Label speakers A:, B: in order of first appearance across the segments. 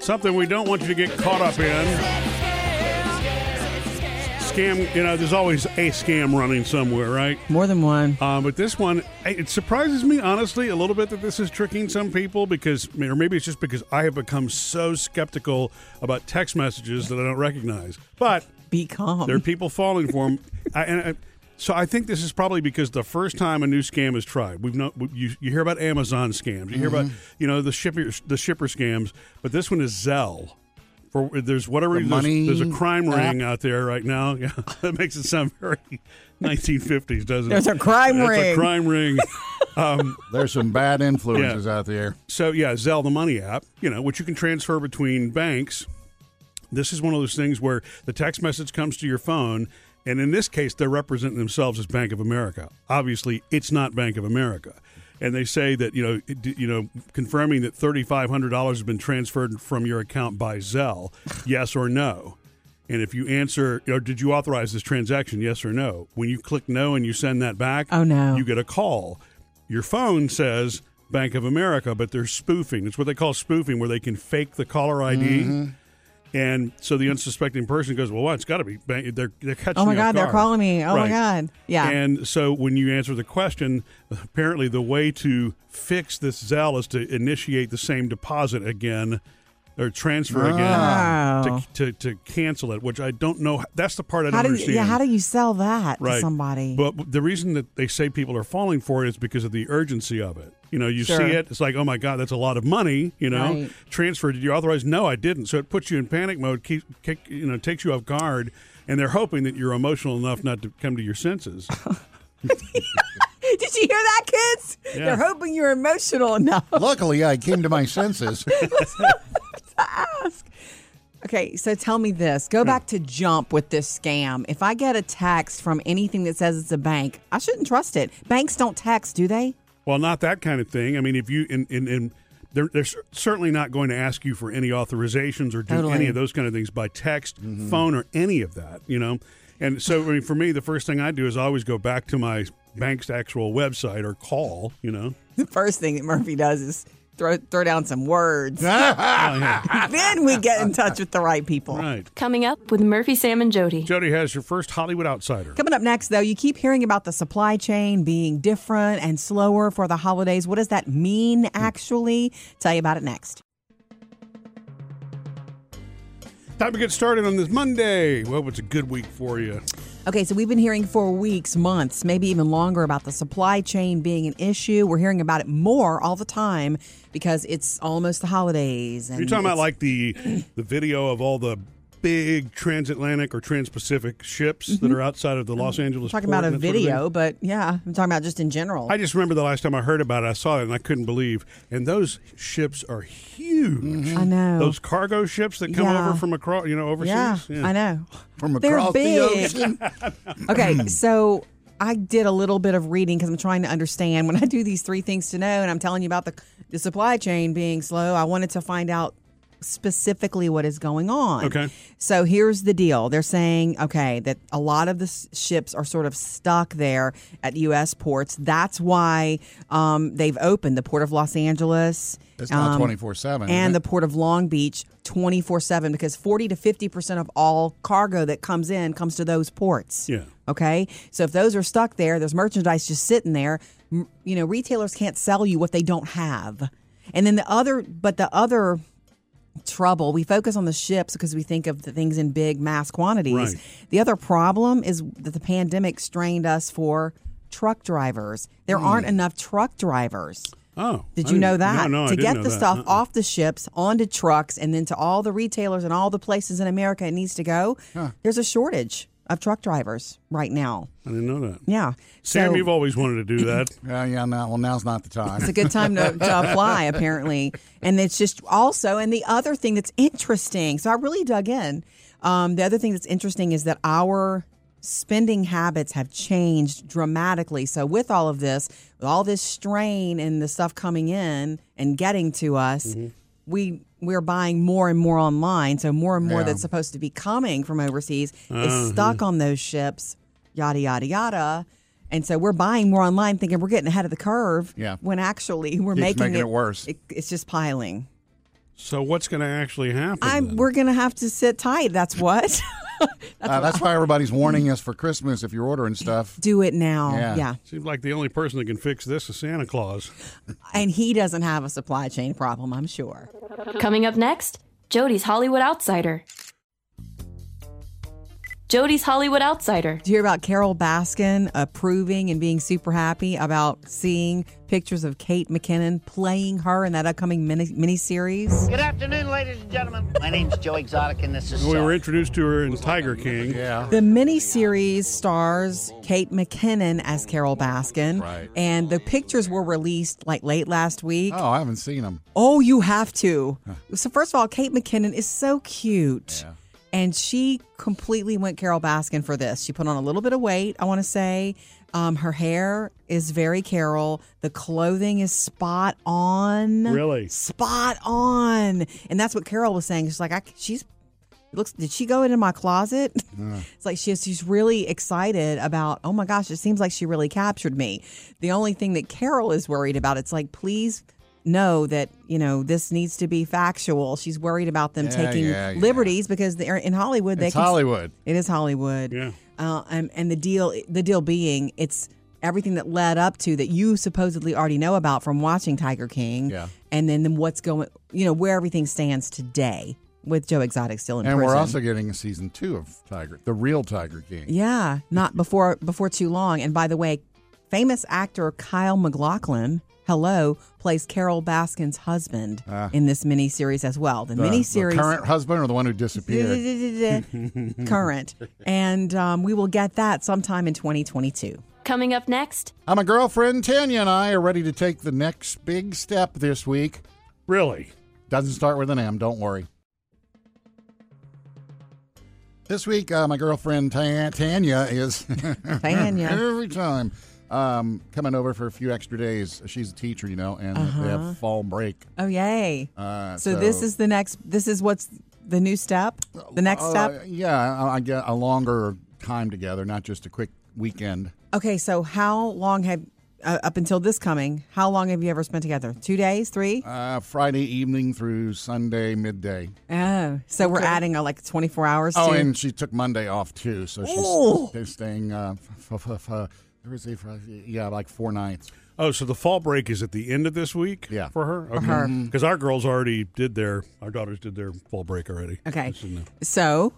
A: Something we don't want you to get caught up in. Scam, you know, there's always a scam running somewhere, right?
B: More than one.
A: Uh, but this one, it it surprises me, honestly, a little bit that this is tricking some people because, or maybe it's just because I have become so skeptical about text messages that I don't recognize. But
B: Be calm.
A: there are people falling for them. I, and I, so I think this is probably because the first time a new scam is tried, we've not you, you hear about Amazon scams, you hear about
B: Mm-hmm.
A: you know the shipper the shipper scams, but this one is Zelle. For there's whatever
C: The
A: there's,
C: money
A: there's a crime
C: app.
A: ring out there right now. Yeah, that makes it sound very 1950s, doesn't
B: There's
A: it?
B: a crime
A: That's
B: ring.
A: A crime ring.
C: There's some bad influences out there.
A: So yeah, Zelle the money app, you know, which you can transfer between banks. This is one of those things where the text message comes to your phone, and in this case, they're representing themselves as Bank of America. Obviously, it's not Bank of America, and they say that you know, it- you know, confirming that thirty five hundred dollars has been transferred from your account by Zelle, yes or no. And if you answer, you know, did you authorize this transaction? Yes or no. When you click no and you send that back,
B: Oh, no.
A: you get a call. Your phone says Bank of America, but they're spoofing. It's what they call spoofing, where they can fake the caller ID.
B: Mm-hmm.
A: And so the unsuspecting person goes, "Well, what? It's got to be. Bank. They're they're catching.
B: oh my
A: me off
B: God, they're
A: guard."
B: calling me. Oh
A: Right.
B: my God. Yeah.
A: And so when you answer the question, apparently the way to fix this Zelle is to initiate the same deposit again or transfer again
B: Wow.
A: to, to, to cancel it, which I don't know. That's the part I don't
B: Oh. how do you,
A: understand.
B: yeah, how do you sell that to somebody?
A: But the reason that they say people are falling for it is because of the urgency of it. You know, you
B: Sure.
A: see it, it's like, oh my God, that's a lot of money. You know,
B: Right.
A: transfer. Did you authorize? No, I didn't. So it puts you in panic mode. Keep, kick, you know, takes you off guard, and they're hoping that you're emotional enough not to come to your senses.
B: Did you hear that, kids?
A: Yeah.
B: They're hoping you're emotional enough to
C: Luckily, I came to my senses.
B: ask. Okay, so tell me this. Go back to jump with this scam. If I get a text from anything that says it's a bank, I shouldn't trust it. Banks don't text, do they?
A: Well, not that kind of thing. I mean, if you and and, and they're, they're cer- certainly not going to ask you for any authorizations or do
B: Totally.
A: any of those kind of things by text, phone, or any of that. You know, and so I mean, for me, the first thing I do is I always go back to my bank's actual website or call. You know,
B: The first thing that Murphy does is throw throw down some words.
A: Oh, yeah.
B: then we get in touch with the right people.
A: right.
D: Coming up with Murphy, Sam, and Jody.
A: Jody has your first Hollywood outsider.
B: Coming up next, though, you keep hearing about the supply chain being different and slower for the holidays. What does that
A: Hmm.
B: mean, actually? Tell you about it next.
A: Time to get started on this Monday. Well, it's a good week for you.
B: Okay, so we've been hearing for weeks, months, maybe even longer about the supply chain being an issue. We're hearing about it more all the time because it's almost the holidays. And
A: You're talking about
B: it's-
A: like the the video of all the big transatlantic or transpacific ships that are outside of the Los Angeles.
B: Mm-hmm. talking
A: port
B: about a
A: and that sort of thing.
B: video, but yeah, I'm talking about just in general.
A: I just remember the last time I heard about it, I saw it and I couldn't believe. And those ships are huge.
B: I know.
A: Those cargo ships that come
B: Mm-hmm. Yeah.
A: over from across, you know, overseas.
B: yeah, I know.
C: From
B: They're
C: across
B: big.
C: the ocean.
B: Okay, so I did a little bit of reading because I'm trying to understand. When I do these three things to know, and I'm telling you about the the supply chain being slow, I wanted to find out specifically what is going on.
A: Okay.
B: So here's the deal. They're saying, okay, that a lot of the s- ships are sort of stuck there at U.S. ports. That's why um, they've opened the Port of Los Angeles.
C: It's not
B: um,
C: 24/7, is
B: And the
C: it?
B: Port of Long Beach 24 7 because 40 to 50% of all cargo that comes in comes to those ports.
A: Yeah.
B: Okay. So if those are stuck there, there's merchandise just sitting there. m- You know, retailers can't sell you what they don't have. And then the other, but the other trouble, we focus on the ships because we think of the things in big mass quantities.
A: Right.
B: The other problem is that the pandemic strained us for truck drivers. There
A: Hmm.
B: aren't enough truck drivers.
A: Oh.
B: Did
A: I
B: you know
A: didn't-
B: that?
A: No, no, I
B: to
A: didn't
B: get
A: know
B: the
A: that.
B: stuff
A: Uh-uh.
B: off the ships onto trucks and then to all the retailers and all the places in America it needs to go, there's a shortage of truck drivers right now.
A: I didn't know that.
B: Yeah.
A: Sam,
B: so
A: you've always wanted to do that.
C: Yeah, Uh, yeah. No, well, now's not the time.
B: it's a good time to, to apply, apparently. And it's just also, and the other thing that's interesting, so I really dug in. Um, the other thing that's interesting is that our spending habits have changed dramatically. So, with all of this, with all this strain and the stuff coming in and getting to us, we we're buying more and more online. So, more and more
C: Yeah.
B: that's supposed to be coming from overseas
C: Uh-huh.
B: is stuck on those ships, yada, yada, yada. And so we're buying more online thinking we're getting ahead of the curve
C: Yeah.
B: when actually we're
C: Keeps
B: making,
C: making it worse.
B: it- It's just piling.
A: So what's going to actually happen?
B: I'm,
A: then?
B: we're going to have to sit tight. That's what.
C: Uh, that's why everybody's warning us for Christmas if you're ordering stuff.
B: Do it now.
C: Yeah.
B: yeah.
A: Seems like the only person that can fix this is Santa Claus.
B: And he doesn't have a supply chain problem, I'm sure.
D: Coming up next, Jody's Hollywood Outsider. Jody's Hollywood Outsider.
B: Did you hear about Carol Baskin approving and being super happy about seeing pictures of Kate McKinnon playing her in that upcoming mini miniseries?
E: Good afternoon, ladies and gentlemen. My name's Joe Exotic, and this is.
A: We
E: Sal.
A: were introduced to her in Tiger King.
C: Yeah.
B: The miniseries stars Kate McKinnon as Carol Baskin.
C: Right.
B: And the pictures were released like late last week.
C: Oh, I haven't seen them.
B: Oh, you have to. So first of all, Kate McKinnon is so cute. And she completely went Carol Baskin for this. She put on a little bit of weight, I want to say. Um, her hair is very Carol. The clothing is spot on.
A: Really?
B: Spot on. And that's what Carol was saying. She's like, I, she's, it looks, did she go into my closet? It's like she's she's really excited about. Oh my gosh, it seems like she really captured me. The only thing that Carol is worried about, it's like please know that you know this needs to be factual. She's worried about them
C: Yeah,
B: taking
C: yeah, yeah.
B: liberties because they're in Hollywood. They
C: It's
B: can,
C: Hollywood.
B: It is Hollywood.
A: Yeah.
B: Uh, and, and the deal, the deal being, it's everything that led up to that you supposedly already know about from watching Tiger King.
C: Yeah.
B: And then, then what's going, you know, where everything stands today with Joe Exotic still in
C: And
B: prison.
C: we're also getting a season two of Tiger, the real Tiger King.
B: Yeah, not before before too long. And by the way, famous actor Kyle McLaughlin, hello, plays Carol Baskin's husband in this miniseries as well. The,
C: Ah. The,
B: miniseries
C: the current husband or the one who disappeared?
B: current, and um, we will get that sometime in 2022.
D: Coming up next,
C: I'm a Uh, girlfriend. Tanya and I are ready to take the next big step this week.
A: Really?
C: Doesn't start with an M, don't worry. This week, uh, my girlfriend Ta- Tanya is
B: Tanya.
C: every time um, coming over for a few extra days. She's a teacher, you know, and they have fall break.
B: Oh yay!
C: Uh,
B: so, this is the next. This is what's the new step. The next
C: Uh,
B: step.
C: yeah, I, I get a longer time together, not just a quick weekend.
B: Okay, so how long have uh, up until this coming? How long have you ever spent together? Two days, three?
C: Uh, Friday evening through Sunday midday.
B: Oh, so we're adding uh, like 24 hours.
C: Oh,
B: to,
C: and she took Monday off too, so she's
B: Ooh.
C: they're staying uh, f- f- f- uh, Thursday, Friday, yeah, like four nights.
A: Oh, so the fall break is at the end of this week?
C: Yeah.
A: For her? Okay.
B: her.
A: Because our girls already did their, our daughters did their fall break already.
B: okay.
A: It's in the-
B: So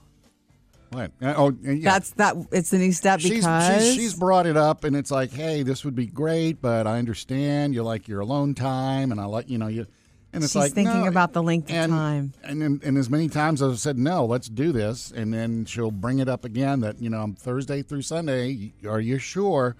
C: What? Uh, oh, yeah.
B: that's that. It's the new step
C: she's,
B: because
C: she's she's brought it up, and it's like, hey, this would be great, but I understand you like your alone time, and I like you know you. And it's
B: She's
C: like
B: thinking
C: no,
B: about the length of
C: and,
B: time.
C: And, and and as many times as I've said no, let's do this, and then she'll bring it up again that you know I'm Thursday through Sunday. Are you sure?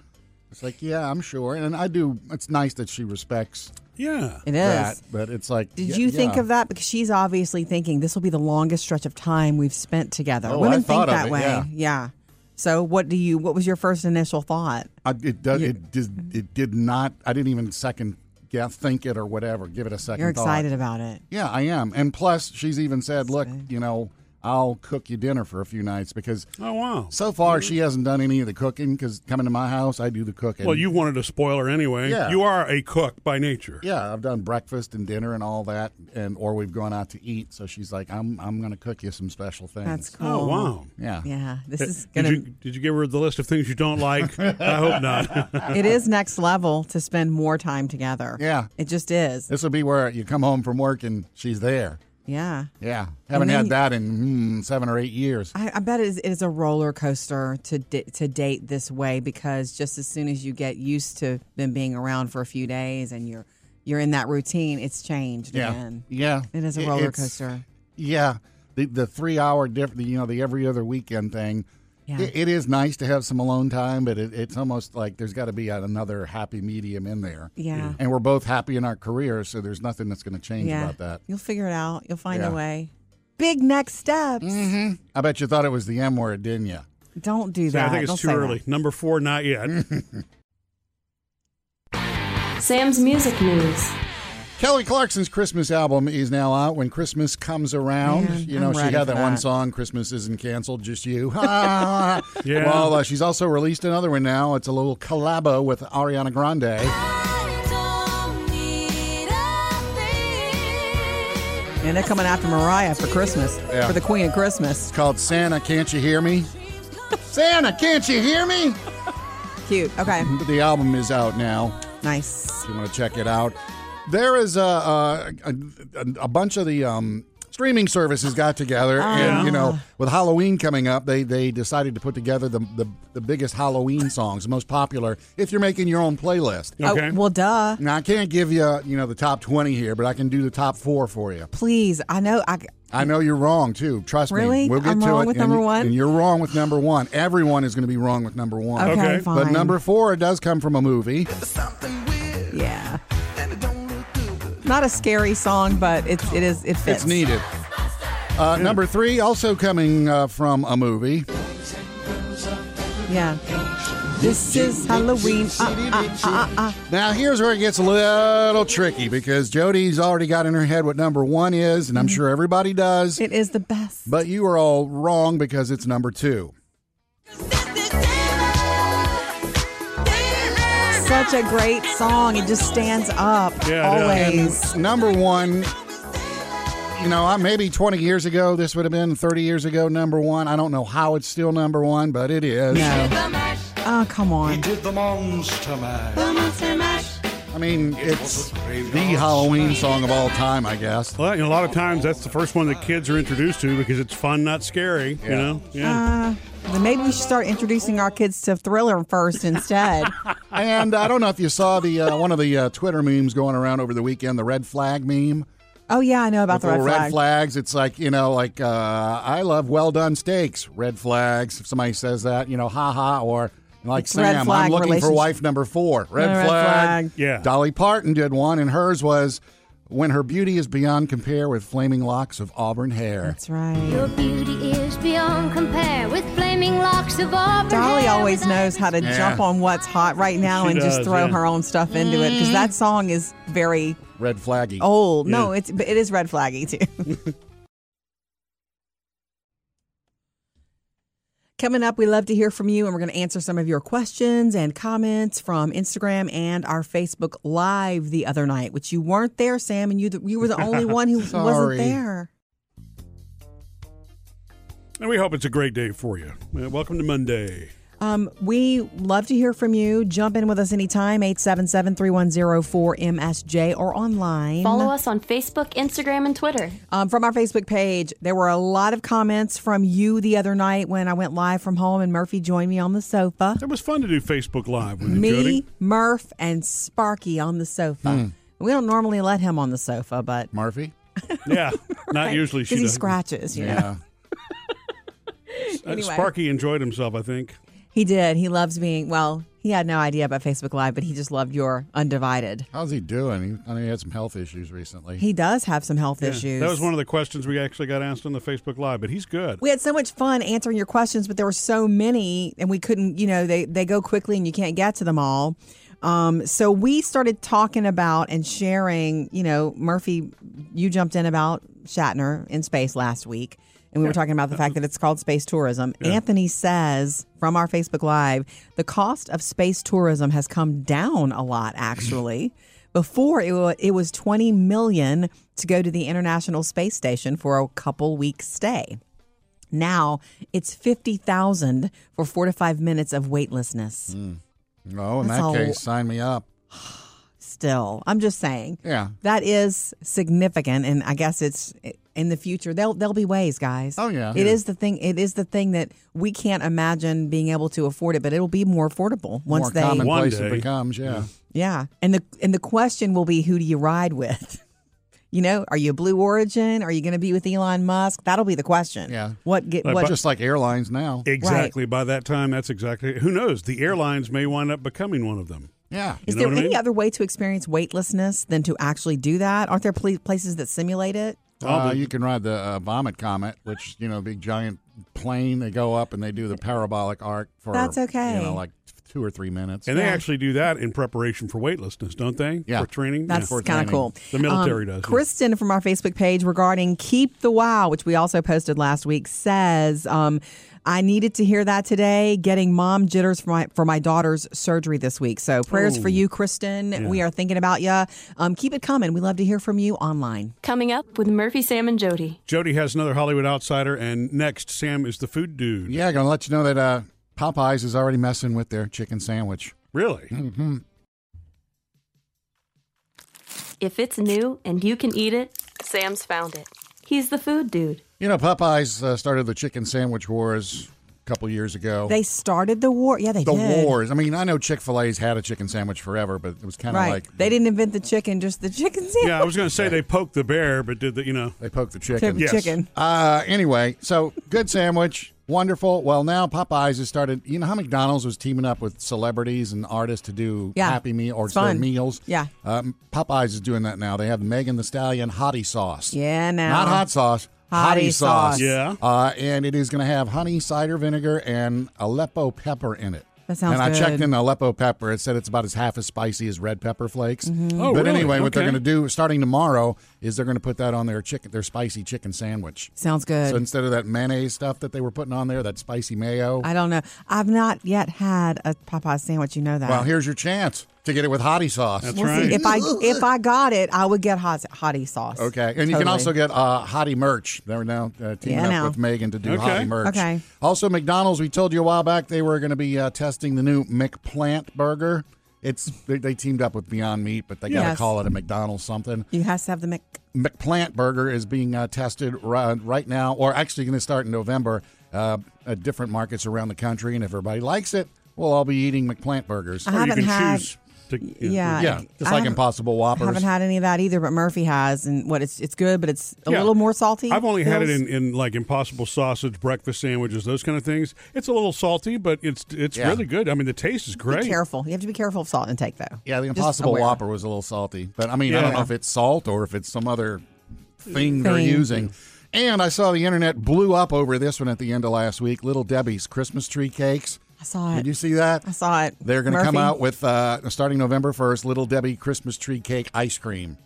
C: It's like yeah, I'm sure, and I do. It's nice that she respects
A: yeah.
B: it is.
C: that, but it's like
B: Did
C: y-
B: you think
C: yeah.
B: of that? Because she's obviously thinking this will be the longest stretch of time we've spent together.
C: Oh, I
B: Women think
C: thought of
B: that
C: it,
B: way.
C: yeah.
B: So what do you? What was your first initial thought?
C: I, it does. It did. It did not. I didn't even second guess, think it, or whatever. Give it a 2nd
B: You're
C: thought.
B: excited about it.
C: Yeah, I am. And plus, she's even said, "Look, you know, I'll cook you dinner for a few nights because
A: Oh, wow.
C: so far she hasn't done any of the cooking. Because coming to my house, I do the cooking.
A: Well, you wanted a spoiler anyway.
C: Yeah.
A: You are a cook by nature.
C: yeah, I've done breakfast and dinner and all that, and or we've gone out to eat. So she's like, "I'm I'm going to cook you some special things."
B: That's cool.
A: Oh, wow.
C: yeah.
B: Yeah, this is
A: Did
B: gonna.
A: you, did you give her the list of things you don't like? I hope not.
B: it is next level to spend more time together.
C: Yeah.
B: it just is.
C: This will be where you come home from work and she's there.
B: Yeah.
C: Yeah, haven't
B: then
C: had
B: you-
C: that in mm, seven or eight years.
B: I, I bet it is, it is a roller coaster to di- to date this way because just as soon as you get used to them being around for a few days and you're you're in that routine, it's changed
C: Yeah,
B: again.
C: yeah.
B: It is a
C: It-
B: roller
C: it's-
B: coaster.
C: Yeah, the the three hour different, you know, the every other weekend thing.
B: Yeah.
C: It, it is nice to have some alone time, but it, it's almost like there's got to be another happy medium in there.
B: Yeah.
C: And we're both happy in our careers, so there's nothing that's going to change
B: Yeah.
C: about that.
B: You'll figure it out. You'll find
C: Yeah. Mm-hmm.
B: a way. Big next steps.
C: I bet you thought it was the M word, didn't you?
B: Don't do
A: So
B: that.
A: I think it's
B: Don't
A: too
B: say
A: early. Number four, not yet.
D: Sam's Music News.
C: Kelly Clarkson's Christmas album is now out. When Christmas comes around,
B: Man,
C: you know
B: I'm
C: she
B: ready
C: had
B: for
C: that, one
B: that.
C: song, "Christmas Isn't Canceled, Just You." yeah. Well, uh, she's also released another one now. It's a little collabo with Ariana Grande.
B: And they're coming after Mariah for Christmas,
C: Yeah.
B: for the Queen of Christmas.
C: It's called Santa, Can't You Hear Me? Santa, Can't You Hear Me?
B: Cute. Okay.
C: The album is out now.
B: Nice.
C: If you want to check it out, there is a a, a, a bunch of the um, streaming services got together, and you know, with Halloween coming up, they they decided to put together the the, the biggest Halloween songs, the most popular. If you're making your own playlist.
A: Okay.
B: Oh, well, duh.
C: Now I can't give you, you know, the top twenty here, but I can do the top four for you.
B: Please. I know. I,
C: I know you're wrong too. Trust me.
B: Really?
C: We'll get
B: I'm
C: to
B: wrong
C: it.
B: with
C: and-
B: number one?
C: and you're wrong with number one. Everyone is going to be wrong with number one.
B: okay,
A: Okay. But
B: fine.
C: But number four, it does come from a movie.
B: Yeah. Not a scary song, but it's it is it fits.
C: It's needed. Uh, number three, also coming uh, from a movie.
B: Yeah. This is Halloween. Uh, uh, uh, uh, uh.
C: Now, here's where it gets a little tricky because Jody's already got in her head what number one is, and I'm sure everybody does.
B: Mm-hmm. It is the best.
C: But you are all wrong because it's number two.
B: Such a great song. It just stands up
A: Yeah, it
B: always.
C: Number one, you know, I- maybe 20 years ago, this would have been 30 years ago, number one. I don't know how it's still number one, but it is.
B: Oh, come on.
C: I mean, it's the Halloween song of all time, I guess.
A: Well, and a lot of times that's the first one that kids are introduced to because it's fun, not scary. You know, yeah.
B: Uh, Then maybe we should start introducing our kids to Thriller first instead.
C: And I don't know if you saw the uh, one of the uh, Twitter memes going around over the weekend, the red flag meme.
B: oh, yeah, I know about the
C: With
B: red,
C: little red
B: flag.
C: flags. It's like you know, like uh, I love well done steaks. Red flags. If somebody says that, you know, ha ha, or like
B: It's red
C: Sam, I'm
B: flag
C: looking for
B: relationship.
C: wife number four. Red,
B: Red flag.
A: Yeah.
C: Dolly Parton did one, and hers was when her beauty is beyond compare with flaming locks of auburn hair.
B: That's right.
F: Your beauty is beyond compare with flaming locks of auburn
B: Dolly
F: hair
B: always
F: with
B: knows how to
C: Yeah.
B: jump on what's hot right now
A: She
B: and just
A: does,
B: throw
A: yeah.
B: her own stuff into it because that song is very
C: Red flaggy.
B: old. No,
A: Yeah.
B: it's but it is red flaggy too. Coming up, we love to hear from you, and we're going to answer some of your questions and comments from Instagram and our Facebook Live the other night, which you weren't there, Sam, and you you were the only one who
C: Sorry.
B: wasn't there.
A: And we hope it's a great day for you. Uh, welcome to Monday.
B: Um, we love to hear from you. Jump in with us anytime, 877-3104-MSJ or online.
D: Follow us on Facebook, Instagram, and Twitter.
B: Um, from our Facebook page, there were a lot of comments from you the other night when I went live from home and Murphy joined me on the sofa.
A: It was fun to do Facebook Live with you,
B: Me,
A: Jody. Hmm.
B: Murph, and Sparky on the sofa. We don't normally let him on the sofa, but
C: Murphy.
A: Yeah, not usually. She
B: because he
A: does.
B: scratches, you know.
C: Yeah.
A: Uh,
B: Anyway.
A: Sparky enjoyed himself, I think.
B: He did. He loves being, well, he had no idea about Facebook Live, but he just loved your undivided.
C: How's he doing? He, I know he had some health issues recently.
B: He does have some health
A: Yeah.
B: issues.
A: That was one of the questions we actually got asked on the Facebook Live, but he's good.
B: we had so much fun answering your questions, but there were so many, and we couldn't. You know, they they go quickly, and you can't get to them all. Um, so we started talking about and sharing. You know, Murphy, you jumped in about Shatner in space last week, and we were talking about the fact that it's called space tourism. Anthony says from our Facebook Live, the cost of space tourism has come down a lot, actually. Before it was, it was 20 million to go to the International Space Station for a couple weeks stay. Now it's fifty thousand for four to five minutes of weightlessness.
C: no, Oh, in
B: That's
C: that
B: all-
C: case, sign me up.
B: Still, I'm just saying
C: Yeah.
B: that is significant, and I guess it's in the future. There'll there'll be ways, guys.
C: Oh, yeah.
B: it is the thing. It is the thing that we can't imagine being able to afford it, but it'll be more affordable once
C: More
B: they.
C: commonplace
A: One
C: it
A: day.
C: becomes. yeah.
B: Yeah, and the and the question will be, who do you ride with? You know, are you Blue Origin? Are you going to be with Elon Musk? That'll be the question.
C: Yeah.
B: What get
A: Like,
B: what?
A: but-
C: just like airlines now.
A: Exactly. By that time, that's exactly. Who knows? The airlines may wind up becoming one of them.
C: yeah.
A: You
B: Is
A: know
B: there
A: what I
B: any
A: mean?
B: other way to experience weightlessness than to actually do that? Aren't there pl- places that simulate it?
C: Uh, you can ride the uh, vomit comet, which you know, big giant plane. They go up and they do the parabolic arc for
B: That's okay.
C: You know, like two or three minutes.
A: And they actually do that in preparation for weightlessness, don't they?
C: Yeah.
A: For training.
B: That's
A: yeah.
B: kind
C: training.
B: of cool.
A: The military does, yeah.
B: Kristen from our Facebook page regarding Keep the Wow, which we also posted last week, says um, I needed to hear that today. Getting mom jitters for my for my daughter's surgery this week. So prayers for you, Kristen. We are thinking about you. Um, keep it coming. We love to hear from you online.
D: Coming up with Murphy, Sam, and Jody.
A: Jody has another Hollywood outsider, and next, Sam is the food dude.
C: Yeah, gonna let you know that uh, Popeyes is already messing with their chicken sandwich.
A: Really?
C: Mm.
D: If it's new and you can eat it, Sam's found it. He's the food dude.
C: You know, Popeyes uh, started the chicken sandwich wars a couple years
A: Oh.
C: ago.
B: They started the war. Yeah, they
C: the
B: did.
C: wars. I mean, I know Chick Fil A's had a chicken sandwich forever, but it was kind of
B: Right.
C: like
B: they didn't invent the chicken, just the chicken sandwich.
A: Yeah, I was going to say they poked the bear, but did the, you know.
C: they poked the
B: Took
C: chicken.
B: the
A: Yes.
B: chicken.
C: Uh, anyway, so good sandwich, wonderful. Well, now Popeyes has started. You know how McDonald's was teaming up with celebrities and artists to do
B: Yeah.
C: Happy Meal or
B: It's fun.
C: their meals.
B: Yeah.
C: um, Popeyes is doing that now. They have Megan the Stallion hottie sauce.
B: Yeah, now.
C: not hot sauce.
B: Hottie
C: Hottie sauce.
B: sauce.
A: Yeah.
C: Uh, and it is going to have honey, cider vinegar, and Aleppo pepper in it.
B: That sounds
C: And I checked
B: good.
C: in the Aleppo pepper. It said it's about as half as spicy as red pepper flakes.
B: Mm-hmm.
A: Oh,
C: but
A: really?
C: anyway, what they're
A: Okay.
C: going to do starting tomorrow is they're going to put that on their chicken, their spicy chicken sandwich.
B: Sounds good.
C: So instead of that mayonnaise stuff that they were putting on there, that spicy mayo.
B: I don't know. I've not yet had a Popeye sandwich. You know that.
C: well, here's your chance to get it with hottie sauce.
A: That's
B: We'll
A: right.
B: see. If I if I got it, I would get hot hottie sauce.
C: Okay, and you can
B: Totally.
C: also get uh, Hottie merch. They're now uh, teaming
B: Yeah,
C: up
B: now.
C: with Megan to do
A: Okay.
C: Hottie merch.
B: Okay.
C: Also, McDonald's. We told you a while back they were going to be uh, testing the new McPlant burger. It's they, they teamed up with Beyond Meat, but they got to
B: Yes.
C: call it a McDonald's something.
B: You have to have the Mc.
C: McPlant burger is being uh, tested ri- right now, or actually going to start in November uh, at different markets around the country. And if everybody likes it, we'll all be eating McPlant burgers.
B: I
A: Or you
B: haven't
A: can
B: had.
A: choose to. you know,
B: Yeah.
C: yeah, just
B: I
C: like
B: haven't-
C: Impossible
B: I
C: Whoppers.
B: haven't had any of that either, but Murphy has, and what it's it's good, but it's a
A: Yeah.
B: little more salty.
A: I've only had it
B: feels.
A: in, in like impossible sausage, breakfast sandwiches, those kind of things. It's a little salty, but it's it's
C: Yeah.
A: really good. I mean, the taste is great.
B: Be careful. You have to be careful of salt intake, though.
C: Yeah, the
B: Just
C: Impossible
B: aware.
C: Whopper was a little salty, but I mean, I
A: Yeah.
C: don't know if it's salt or if it's some other thing they're
B: Thing.
C: using. And I saw the internet blew up over this one at the end of last week. Little Debbie's Christmas tree cakes.
B: I saw it.
C: Did you see that?
B: I saw it.
C: They're going to come
B: Murphy.
C: out with uh, starting November first. Little Debbie Christmas tree cake ice cream.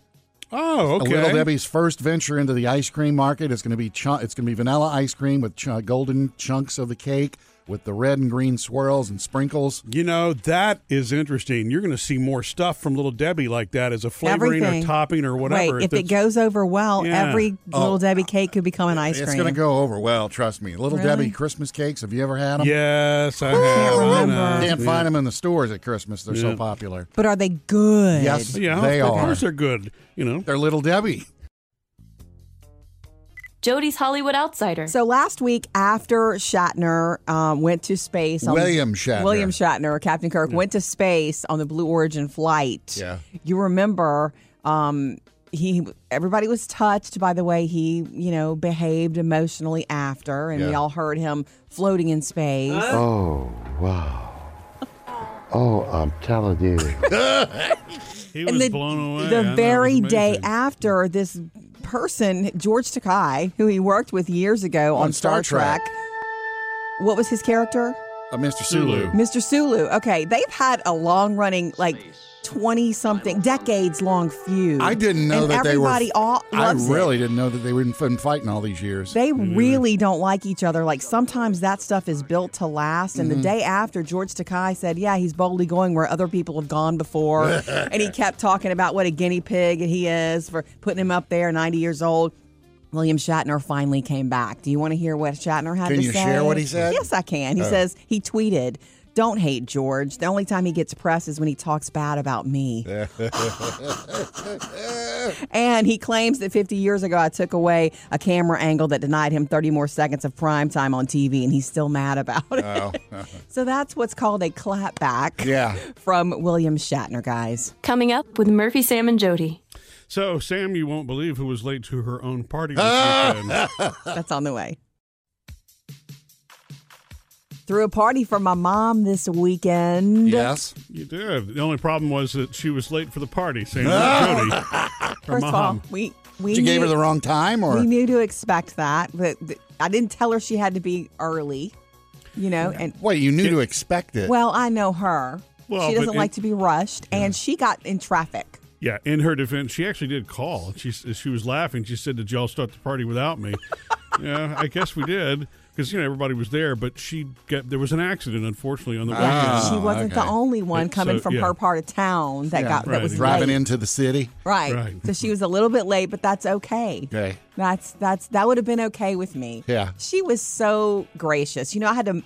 A: Oh, okay.
C: Little Debbie's first venture into the ice cream market. It's going to be chunk it's going to be vanilla ice cream with ch- golden chunks of the cake with the red and green swirls and sprinkles.
A: You know, that is interesting. You're going to see more stuff from Little Debbie like that as a flavoring
B: Everything.
A: or topping or whatever.
B: Wait, if it
A: that's-
B: goes over well,
A: Yeah.
B: every little Debbie cake could become an ice
C: Oh. It's
B: cream.
C: going to go over well, trust me. Little
B: Really?
C: Debbie Christmas cakes. Have you ever had them?
A: Yes, I have.
B: remember.
A: I know.
C: Can't find them in the stores at Christmas. They're
A: Yeah.
C: so popular.
B: But are they good?
C: Yes.
A: Yeah,
C: They
A: of
C: are.
A: course they're good. You know,
C: They're Little Debbie.
D: Jody's Hollywood Outsider.
B: So last week, after Shatner um, went to space, on
C: William Shatner.
B: William Shatner, Captain Kirk, went to space on the Blue Origin flight.
C: Yeah.
B: you remember um, he everybody was touched by the way he you know behaved emotionally after, and we
C: Yeah.
B: all heard him floating in space.
G: Oh, wow. Oh, I'm telling you.
A: he was blown away. I know,
B: The
A: it
B: very
A: was
B: day
A: amazing.
B: after this person, George Takai, who he worked with years ago on,
C: On Star Trek.
B: what was his character?
C: Uh, Mr. Sulu.
B: Mr. Sulu. Okay, they've had a long running, like twenty something, decades long feud.
C: I didn't know
B: and
C: that they were.
B: everybody all
C: I
B: loves it.
C: really didn't know that they were in been fighting all these years.
B: They really don't like each other. Like sometimes that stuff is built to last. And
C: Mm-hmm.
B: the day after, George Takai said, "Yeah, he's boldly going where other people have gone before," and he kept talking about what a guinea pig he is for putting him up there, ninety years old. William Shatner finally came back. Do you want to hear what Shatner had
C: Can
B: to
C: you
B: say?
C: share what he said? Oh.
B: Yes, I can. He says he tweeted. Don't hate George. The only time he gets press is when he talks bad about me. And he claims that 50 years ago, I took away a camera angle that denied him 30 more seconds of prime time on TV, and he's still mad about it. so that's what's called a clapback
C: yeah.
B: from William Shatner, guys.
D: Coming up with Murphy, Sam, and Jody.
A: So, Sam, you won't believe who was late to her own party. This weekend.
B: That's on the way. Threw a party for my mom this weekend.
C: Yes.
A: you did. The only problem was that she was late for the party. Sam, Jody, her
B: First of all,
A: mom.
B: we we
C: You
B: knew,
C: gave her the wrong time, or
B: we knew to expect that, but th- I didn't tell her she had to be early. You know, and
C: wait, you knew to expect it.
B: Well, I know her.
A: Well,
B: she
A: but
B: doesn't
A: it-
B: like to be rushed, and she got in traffic.
A: Yeah, in her defense, she actually did call. She she was laughing. She said, "Did y'all start the party without me?" yeah, I guess we did because you know everybody was there, but she got, there was an accident unfortunately on the way.
B: Yeah,
C: Ah,
B: she wasn't the
C: okay.
B: only one
A: It-
B: coming
A: so,
B: from
A: yeah.
B: her part of town that got
A: right,
B: that was
C: Driving
B: late.
C: into the city.
B: Right.
A: Right.
B: So she was a little bit late, but that's okay.
C: Okay.
B: That's that's that would have been okay with me.
C: Yeah.
B: She was so gracious. You know, I had to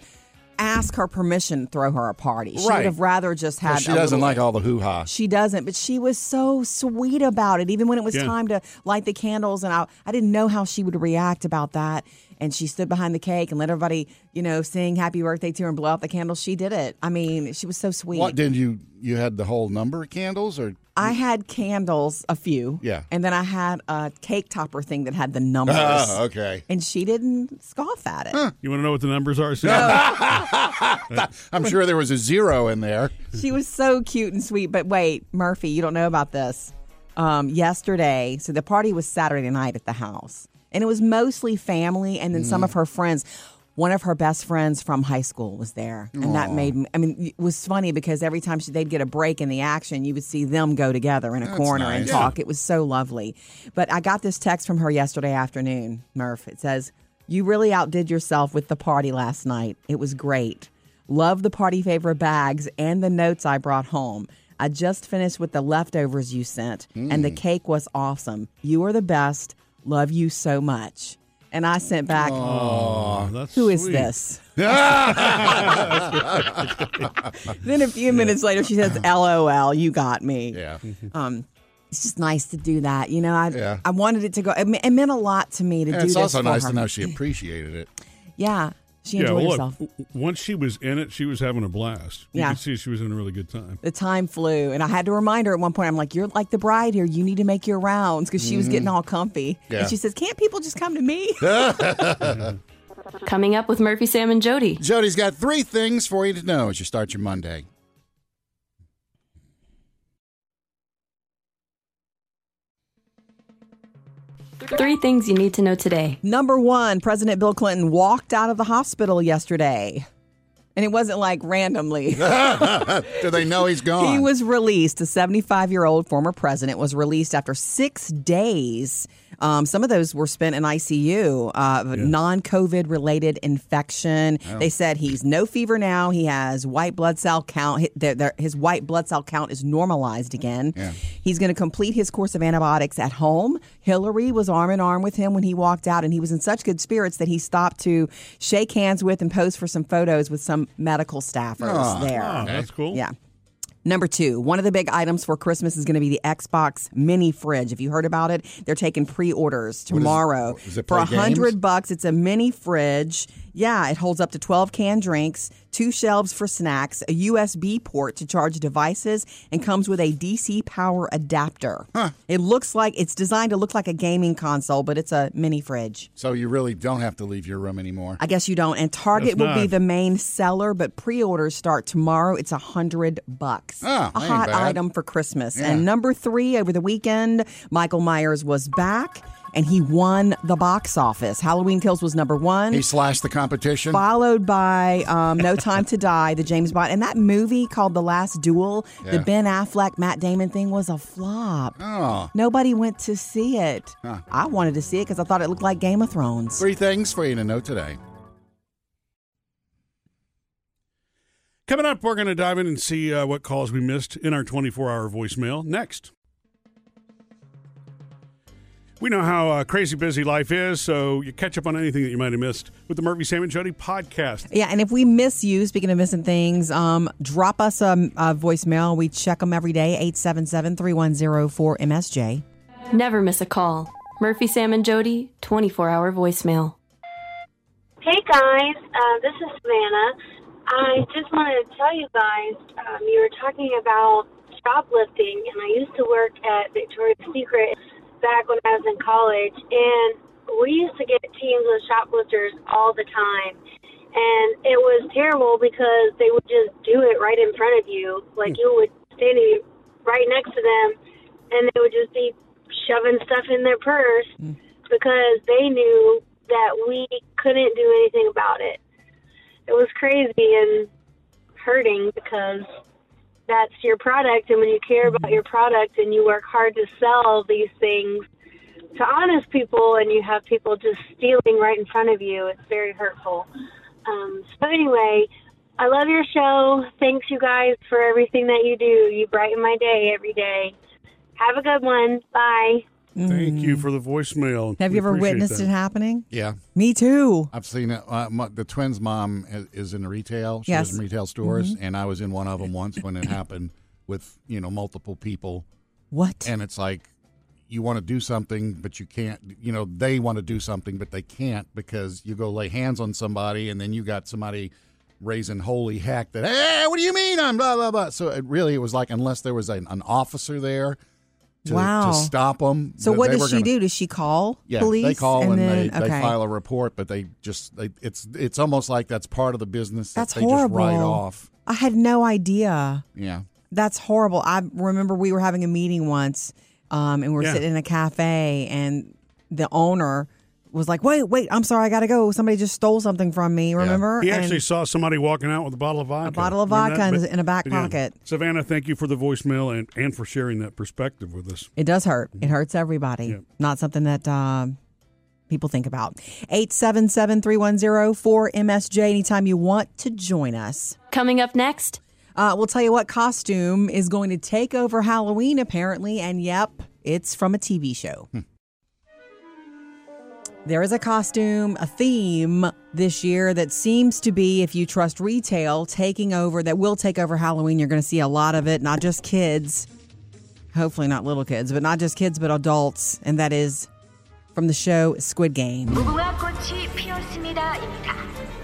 B: ask her permission to throw her a party. She
C: Right.
B: would have rather just had
C: Well, she
B: a
C: doesn't
B: little-
C: like all the hoo ha.
B: she doesn't, but she was so sweet about it. Even when it was
A: Yeah.
B: time to light the candles, and I, I didn't know how she would react about that. And she stood behind the cake and let everybody, you know, sing happy birthday to her and blow out the candles. She did it. I mean, she was so sweet.
C: What did you? You had the whole number of candles, or
B: I had candles, a few.
C: Yeah.
B: And then I had a cake topper thing that had the numbers.
C: oh, okay.
B: And she didn't scoff at it.
A: You want to know what the numbers are? Sam?
C: I'm sure there was a zero in there.
B: She was so cute and sweet. But wait, Murphy, you don't know about this. Um, yesterday, so the party was Saturday night at the house, and it was mostly family and then some of her friends. One of her best friends from high school was there, and that made me. I mean, it was funny because every time she, they'd get a break in the action, you would see them go together in a corner and
C: nice.
B: talk. It was so lovely. But I got this text from her yesterday afternoon, Murph. It says, You really outdid yourself with the party last night. It was great. Love the party favor bags and the notes I brought home. I just finished with the leftovers you sent, and
C: Mm.
B: the cake was awesome. You are the best. Love you so much. And I sent back,
A: Oh, that's
B: Who is
A: sweet.
B: this? then a few minutes later, she says, LOL, you got me Um,
C: Yeah.
B: it's just nice to do that. You know, I
C: Yeah.
B: I wanted it to go. It, me- it meant a lot to me to
C: And
B: do this
C: it's also
B: for
C: nice
B: her.
C: to know she appreciated it.
B: Yeah, she
A: Yeah,
B: enjoyed
A: well,
B: herself.
A: look, w- once she was in it, she was having a blast. You
B: Yeah.
A: could see she was in a really good time.
B: The time flew, and I had to remind her at one point. I'm like, "You're like the bride here. You need to make your rounds," because she was getting all comfy.
C: Yeah.
B: And she says, "Can't people just come to me?"
D: Coming up with Murphy, Sam, and Jody.
C: Jody's got three things for you to know as you start your Monday.
D: Three things you need to know today.
B: Number one, President Bill Clinton walked out of the hospital yesterday, and it wasn't like randomly.
C: Do they know he's gone?
B: He was released. The 75 year old former president was released after six days. Um, some of those were spent in ICU, uh, non COVID related infection. They said he's no fever now. He has white blood cell count. hi- their- their- His white blood cell count is normalized again. He's going to complete his course of antibiotics at home. Hillary was arm in arm with him when he walked out, and he was in such good spirits that he stopped to shake hands with and pose for some photos with some medical staffers there.
A: Oh, that's cool.
B: Yeah. Number two, one of the big items for Christmas is going to be the Xbox mini fridge. If you heard about it, they're taking pre-orders tomorrow
C: does it
B: for
C: play
B: a
C: games?
B: hundred bucks. It's a mini fridge. Yeah, it holds up to twelve canned drinks, two shelves for snacks, a USB port to charge devices, and comes with a DC power adapter. It looks like it's designed to look like a gaming console, but it's a mini fridge.
C: so you really don't have to leave your room anymore.
B: I guess you don't. And Target
A: That's
B: will be
A: not-
B: the main seller, but pre-orders start tomorrow. It's a hundred bucks.
C: Oh,
B: a
C: ain't
B: hot
C: bad.
B: item for Christmas. And number three over the weekend, Michael Myers was back and he won the box office. Halloween Kills was number one.
C: he slashed the competition.
B: Followed by um, No Time to Die, the James Bond, and that movie called The Last Duel, the
C: Yeah.
B: Ben Affleck, Matt Damon thing was a flop.
C: Oh.
B: Nobody went to see it. I wanted to see it because I thought it looked like Game of Thrones.
C: Three things for you to know today.
A: Coming up, we're going to dive in and see uh, what calls we missed in our 24 hour voicemail next. We know how uh, crazy busy life is, so you catch up on anything that you might have missed with the Murphy, Sam, and Jody podcast.
B: Yeah, and if we miss you, speaking of missing things, um, drop us a, a voicemail. We check them every day, 877-3104-MSJ.
D: Never miss a call. Murphy, Sam, and Jody, 24 hour voicemail.
H: Hey guys, uh, this is Savannah. I just wanted to tell you guys um, you were talking about shoplifting, and I used to work at Victoria's Secret back when I was in college, and we used to get teams of shoplifters all the time. And it was terrible because they would just do it right in front of you. Like you would standing right next to them, and they would just be shoving stuff in their purse because they knew that we couldn't do anything about it. It was crazy and hurting because that's your product, and when you care about your product and you work hard to sell these things, to honest people and you have people just stealing right in front of you. It's very hurtful. Um, so, anyway, I love your show. Thanks, you guys, for everything that you do. You brighten my day every day. Have a good one. Bye.
A: Thank you for the voicemail.
B: Mm. Have
A: We
B: you ever
A: appreciate
B: witnessed
A: that.
B: it happening?
C: Yeah,
B: Me too.
C: I've seen it. Uh, my, the twins' mom is, is in retail. She
B: Yes. Mm-hmm.
C: was in retail stores, and I was in one of them once when it happened with you know multiple people,
B: What?
C: and it's like you want to do something, but you can't. You know they want to do something, but they can't because you go lay hands on somebody, and then you got somebody raising holy heck that hey, what do you mean I'm blah blah blah. So it really it was like unless there was an, an officer there to,
B: Wow.
C: to stop them.
B: so what does she do? Does she call
C: Yeah,
B: police?
C: they call and, they,
B: okay.
C: they file a report, but they just they, it's it's almost like that's part of the business. that
B: That's
C: they
B: horrible.
C: just write off.
B: I had no idea.
C: Yeah,
B: That's horrible. I remember we were having a meeting once, um, and we were
A: Yeah.
B: sitting in a cafe, and the owner was like, "Wait, wait, I'm sorry, I gotta go. Somebody just stole something from me." Remember?
A: He
B: And-
A: actually saw somebody walking out with a bottle of vodka.
B: bottle of
A: Remember
B: vodka in
A: But-
B: his- in a back
A: but yeah.
B: pocket.
A: Savannah, thank you for the voicemail and, and for sharing that perspective with us.
B: It does hurt. It hurts everybody. Not something that um, people think about. 877 310 4MSJ. Anytime you want to join us.
D: Coming up next,
B: Uh, we'll tell you what costume is going to take over Halloween, apparently. And yep, it's from a TV show. There is a costume, a theme this year that seems to be, if you trust retail, taking over, that will take over Halloween. You're going to see a lot of it, not just kids, hopefully not little kids, but not just kids, but adults. And that is from the show Squid Game.
F: 무궁화 꽃이 피었습니다입니다.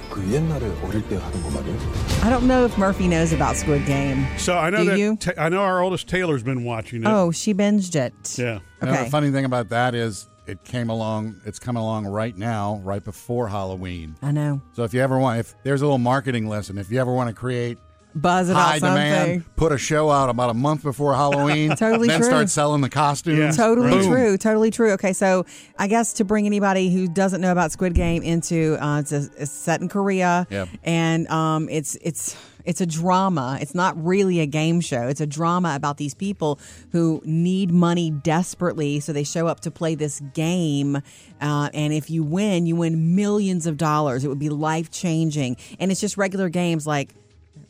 I: 그 옛날에 어릴 때 하던 거 말이야.
B: I don't know if Murphy knows about Squid Game.
A: So I know
B: Do
A: that
B: you?
A: Ta- I know our oldest Taylor's been watching it.
B: Oh, she binged it.
A: yeah. Uh,
C: You know,
B: Okay.
C: the funny thing about that is it came along. It's coming along right now, right before Halloween.
B: I know.
C: So if you ever want, if there's a little marketing lesson, if you ever want to create
B: Buzz about
C: high
B: something.
C: demand, put a show out about a month before Halloween,
B: Totally
C: then
B: true.
C: start selling the costumes.
A: Yeah.
B: Totally
A: Right.
B: true. Totally true. Okay, so I guess to bring anybody who doesn't know about Squid Game into uh, it's, a, it's set in Korea,
C: Yep.
B: and um, it's it's it's a drama. It's not really a game show. It's a drama about these people who need money desperately, so they show up to play this game. Uh, and if you win, you win millions of dollars. It would be life changing, and it's just regular games like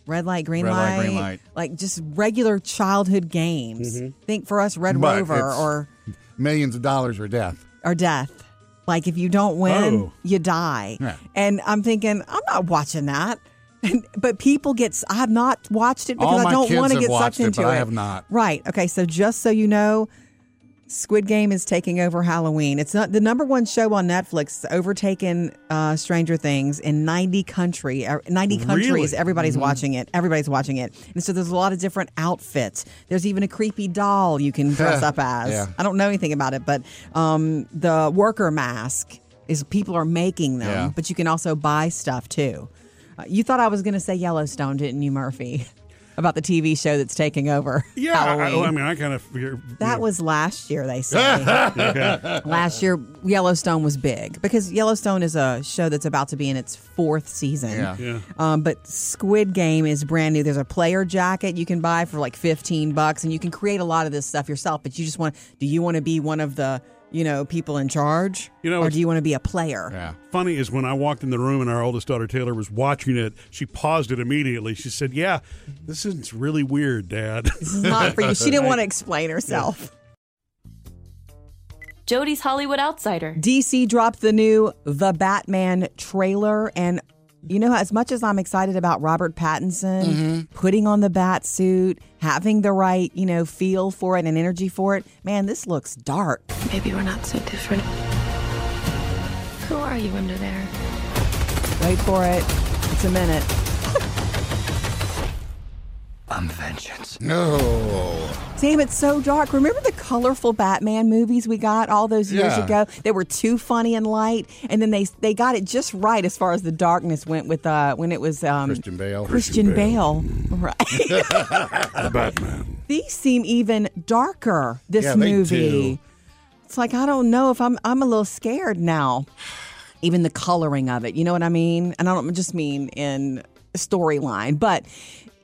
B: red light, green
C: Red
B: light,
C: light, green light.
B: like just regular childhood games. Think for us, Red
C: Mm-hmm. But
B: Rover
C: it's-
B: or
C: Millions of dollars or death.
B: or death. Like if you don't win,
A: Oh.
B: you die.
C: Yeah.
B: And I'm thinking, I'm not watching that. but people get. s- I have not watched it because
C: All
B: I
C: my
B: don't
C: kids
B: want to
C: have
B: get
C: watched
B: sucked
C: it,
B: into
C: but
B: it.
C: I have not.
B: Right. Okay. So just so you know. Squid Game is taking over Halloween. It's not the number one show on Netflix, overtaken uh, Stranger Things in 90 country, er, 90 countries.
A: Really?
B: Everybody's watching it. Everybody's watching it. And so there's a lot of different outfits. There's even a creepy doll you can dress up as.
C: Yeah.
B: I don't know anything about it, but um, the worker mask is people are making them,
C: Yeah.
B: but you can also buy stuff too. Uh, you thought I was going to say Yellowstone, didn't you, Murphy? About the TV show that's taking over.
A: Yeah. I,
B: Halloween.
A: I, I mean, I kind of figure
B: That was last year, they say. last year, Yellowstone was big because Yellowstone is a show that's about to be in its fourth season.
C: Yeah.
A: Yeah.
B: Um, but Squid Game is brand new. There's a player jacket you can buy for like 15 bucks, and you can create a lot of this stuff yourself. But you just want do you want to be one of the you know people in charge,
A: You know,
B: or
A: it's-
B: do you want to be a player?
C: Yeah.
A: funny is when I walked in the room and our oldest daughter Taylor was watching it, she paused it immediately. She said, "Yeah, this is really weird, Dad."
B: It's not for you. She didn't want to explain herself.
D: Jody's Hollywood Outsider.
B: DC dropped the new The Batman trailer and you know as much as I'm excited about Robert Pattinson putting on the bat suit, having the right, you know, feel for it and energy for it, man, this looks dark.
J: Maybe we're not so different. Who are you under there?
B: Wait for it. It's a minute.
I: I'm vengeance.
C: No.
B: Damn, it's so dark. Remember the colorful Batman movies we got all those years
C: Yeah.
B: ago? They were too funny and light, and then they they got it just right as far as the darkness went with uh when it was um
C: Christian Bale.
B: Christian Bale. Right.
A: Batman.
B: these seem even darker this
C: Yeah, they
B: movie
C: do.
B: it's like i don't know if i'm i'm a little scared now even the coloring of it you know what i mean and i don't just mean in storyline but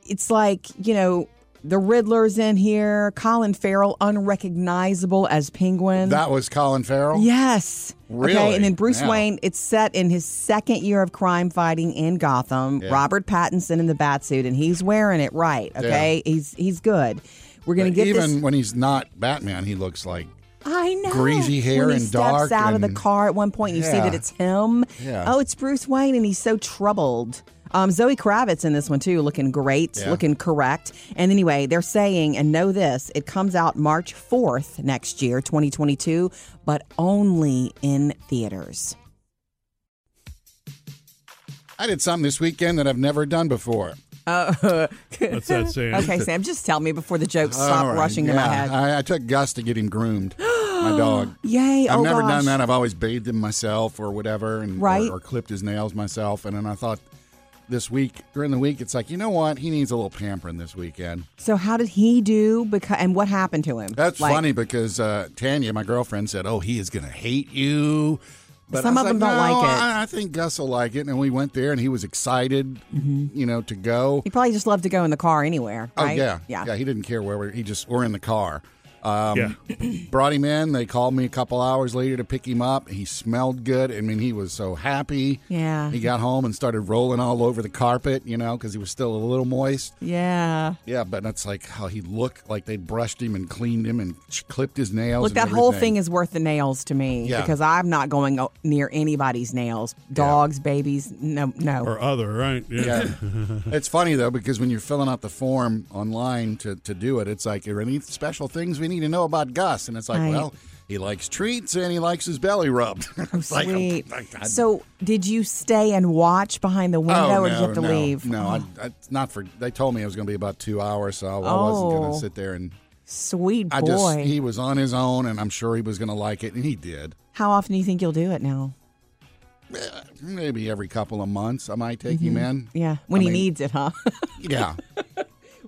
B: it's like you know The Riddler's in here. Colin Farrell, unrecognizable as Penguin.
C: That was Colin Farrell?
B: Yes.
C: Really?
B: Okay, and then Bruce
C: Wow.
B: Wayne, it's set in his second year of crime fighting in Gotham.
C: Yeah.
B: Robert Pattinson in the bat suit, and he's wearing it right. Okay, he's he's good. We're gonna get
C: Even
B: this.
C: when he's not Batman, he looks like
B: I know
C: greasy hair
B: when he
C: and
B: steps
C: dark
B: out of the
C: and-
B: car at one point, and you see
C: Yeah.
B: that it's him.
C: Yeah.
B: Oh, it's Bruce Wayne, and he's so troubled. Um, Zoe Kravitz in this one too, looking great,
C: Yeah.
B: looking correct. And anyway, they're saying, and know this, it comes out March fourth next year, 2022, but only in theaters.
C: I did something this weekend that I've never done before.
B: Uh,
A: That's that saying.
B: Okay, Sam, just tell me before the jokes stop
C: All right,
B: rushing to my
C: yeah.
B: head.
C: I, I took Gus to get him groomed, my dog.
B: Yay!
C: I've
B: oh
C: never
B: gosh.
C: done that. I've always bathed him myself or whatever, and or-
B: Right.
C: or, clipped his nails myself. And then I thought this week during the week, it's like you know what, he needs a little pampering this weekend.
B: So how did he do? Because and what happened to him?
C: That's
B: Like,
C: funny because uh, Tanya, my girlfriend, said, "Oh, he is going to hate you." But
B: Some
C: I was
B: of them
C: like,
B: don't like
C: "No,
B: it."
C: I, I think Gus will like it, and we went there, and he was excited, you know, to go.
B: Mm-hmm. He probably just loved to go in the car anywhere.
C: Oh
B: Right?
C: yeah,
B: yeah,
C: He didn't care where we. He just we're in the car. Um,
A: Yeah.
C: brought him in. They called me a couple hours later to pick him up. He smelled good. I mean, he was so happy.
B: Yeah.
C: He got home and started rolling all over the carpet, you know, because he was still a little moist.
B: yeah.
C: Yeah, but that's like how he looked like they brushed him and cleaned him and ch- clipped his nails.
B: Look,
C: and
B: that whole
C: everything.
B: thing is worth the nails to me
C: Yeah.
B: because I'm not going o- near anybody's nails. Dogs, babies, no, no.
A: Or other, right?
C: Yeah. it's funny though because when you're filling out the form online to, to do it, it's like, are there any special things we need to know about Gus? And it's like,
B: Right. Oh,
C: well, he likes treats and he likes his belly rubbed. It's like, "Oh
B: Sweet.
C: I- I-
B: so, did you stay and watch behind the window,
C: oh,
B: or
C: no,
B: did you have to
C: no,
B: leave?
C: No,
B: Oh,
C: I, I, not for. They told me it was going to be about two hours, so I, I wasn't going
B: Oh.
C: to sit there and.
B: sweet boy.
C: I just he was on his own, and I'm sure he was going to like it, and he did. Eh,
B: How often do you think you'll do it now?
C: Maybe every couple of months, I might take him in.
B: Mm-hmm. Yeah, when
C: I
B: he
C: mean,
B: needs it, huh?
C: Yeah,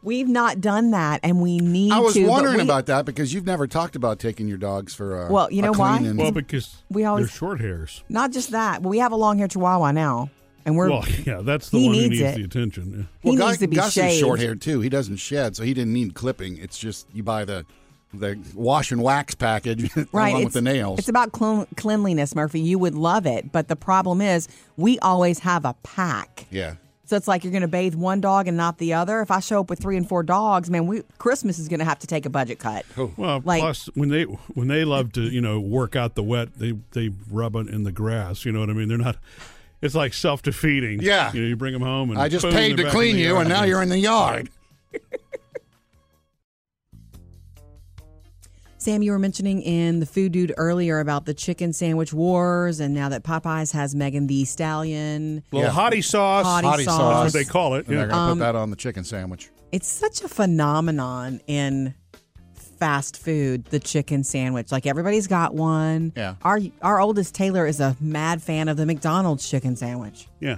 B: We've not done that, and we need.
C: I was
B: to, but
C: wondering
B: we-
C: about that because you've never talked about taking your dogs for a
B: Well, you
C: a
B: know why?
C: clean and-
A: Well, because
B: We always-
A: they're short hairs.
B: not just that, but we have a long hair Chihuawa now, and we're
A: Well, yeah, that's the
B: He
A: one
B: needs
A: who needs
B: it.
A: the attention. yeah.
B: he
C: Well,
B: needs
C: Gus,
B: to be
C: Gus
B: shaved.
C: is short haired too. He doesn't shed, so he didn't need clipping. It's just you buy the the wash and wax package
B: Right,
C: along
B: it's,
C: with the nails.
B: it's about clean, cleanliness, Murphy. You would love it, but the problem is we always have a pack,
C: yeah.
B: so it's like you're going to bathe one dog and not the other. If I show up with three and four dogs, man, we Christmas is going to have to take a budget cut.
A: Well,
B: Like-
A: plus when they when they love to you know work out the wet, they they rub it in the grass. You know what I mean? They're not. It's like self defeating.
C: Yeah.
A: you know, you bring them home and
C: I just
A: boom,
C: paid
A: they're
C: to
A: back
C: clean
A: in the
C: you,
A: yard.
C: and now you're in the yard.
B: Sam, you were mentioning in the food dude earlier about the chicken sandwich wars, and now that Popeyes has Megan the Stallion.
A: little
C: Yeah.
A: hottie sauce.
B: Hottie
C: Hottie
B: sauce.
C: sauce.
A: That's what they call it.
C: And they're
A: Yeah.
C: gonna
B: Um,
C: put that on the chicken sandwich.
B: It's such a phenomenon in fast food, the chicken sandwich. Like everybody's got one.
C: Yeah.
B: Our our oldest Taylor is a mad fan of the McDonald's chicken sandwich.
A: yeah.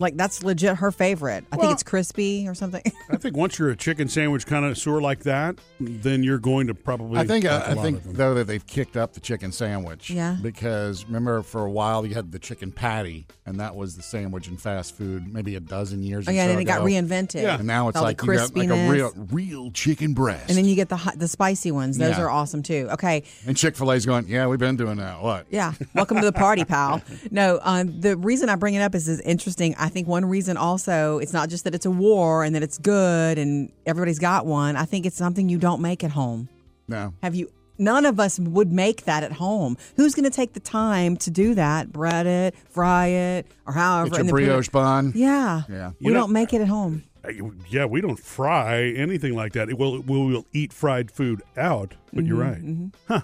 B: Like that's legit her favorite. I
A: Well-
B: think it's crispy or something.
A: I think once you're a chicken sandwich connoisseur like that, then you're going to probably.
C: I think uh,
A: like a
C: I
A: lot
C: think
A: of them.
C: though that they've kicked up the chicken sandwich.
B: Yeah.
C: Because remember, for a while you had the chicken patty, and that was the sandwich in fast food, maybe a dozen years.
B: oh
C: or
B: yeah, and
C: so
B: then it got
C: ago.
B: reinvented.
A: Yeah.
C: And now
B: With
C: it's
B: all
C: like
B: the
C: you got like a
B: crispiness.
C: real real chicken breast.
B: And then you get the hot, the spicy ones. Those
C: Yeah.
B: are awesome too. Okay.
C: and Chick Fil A's going, yeah, we've been doing that. What?
B: Yeah. Welcome to the party, pal. No, um, the reason I bring it up is, is interesting. I think one reason also, it's not just that it's a war and that it's good and everybody's got one. I think it's something you don't make at home.
C: No.
B: Have you? None of us would make that at home. Who's going to take the time to do that? Bread it, fry it, or however.
C: Get your
B: and then put it-
C: brioche bun.
B: Yeah.
C: Yeah.
B: We
A: You know-
B: don't make it at home.
A: yeah, we don't
C: Mm-hmm,
A: fry anything like that. We'll, we'll, we'll eat fried food out, but you're right. Huh.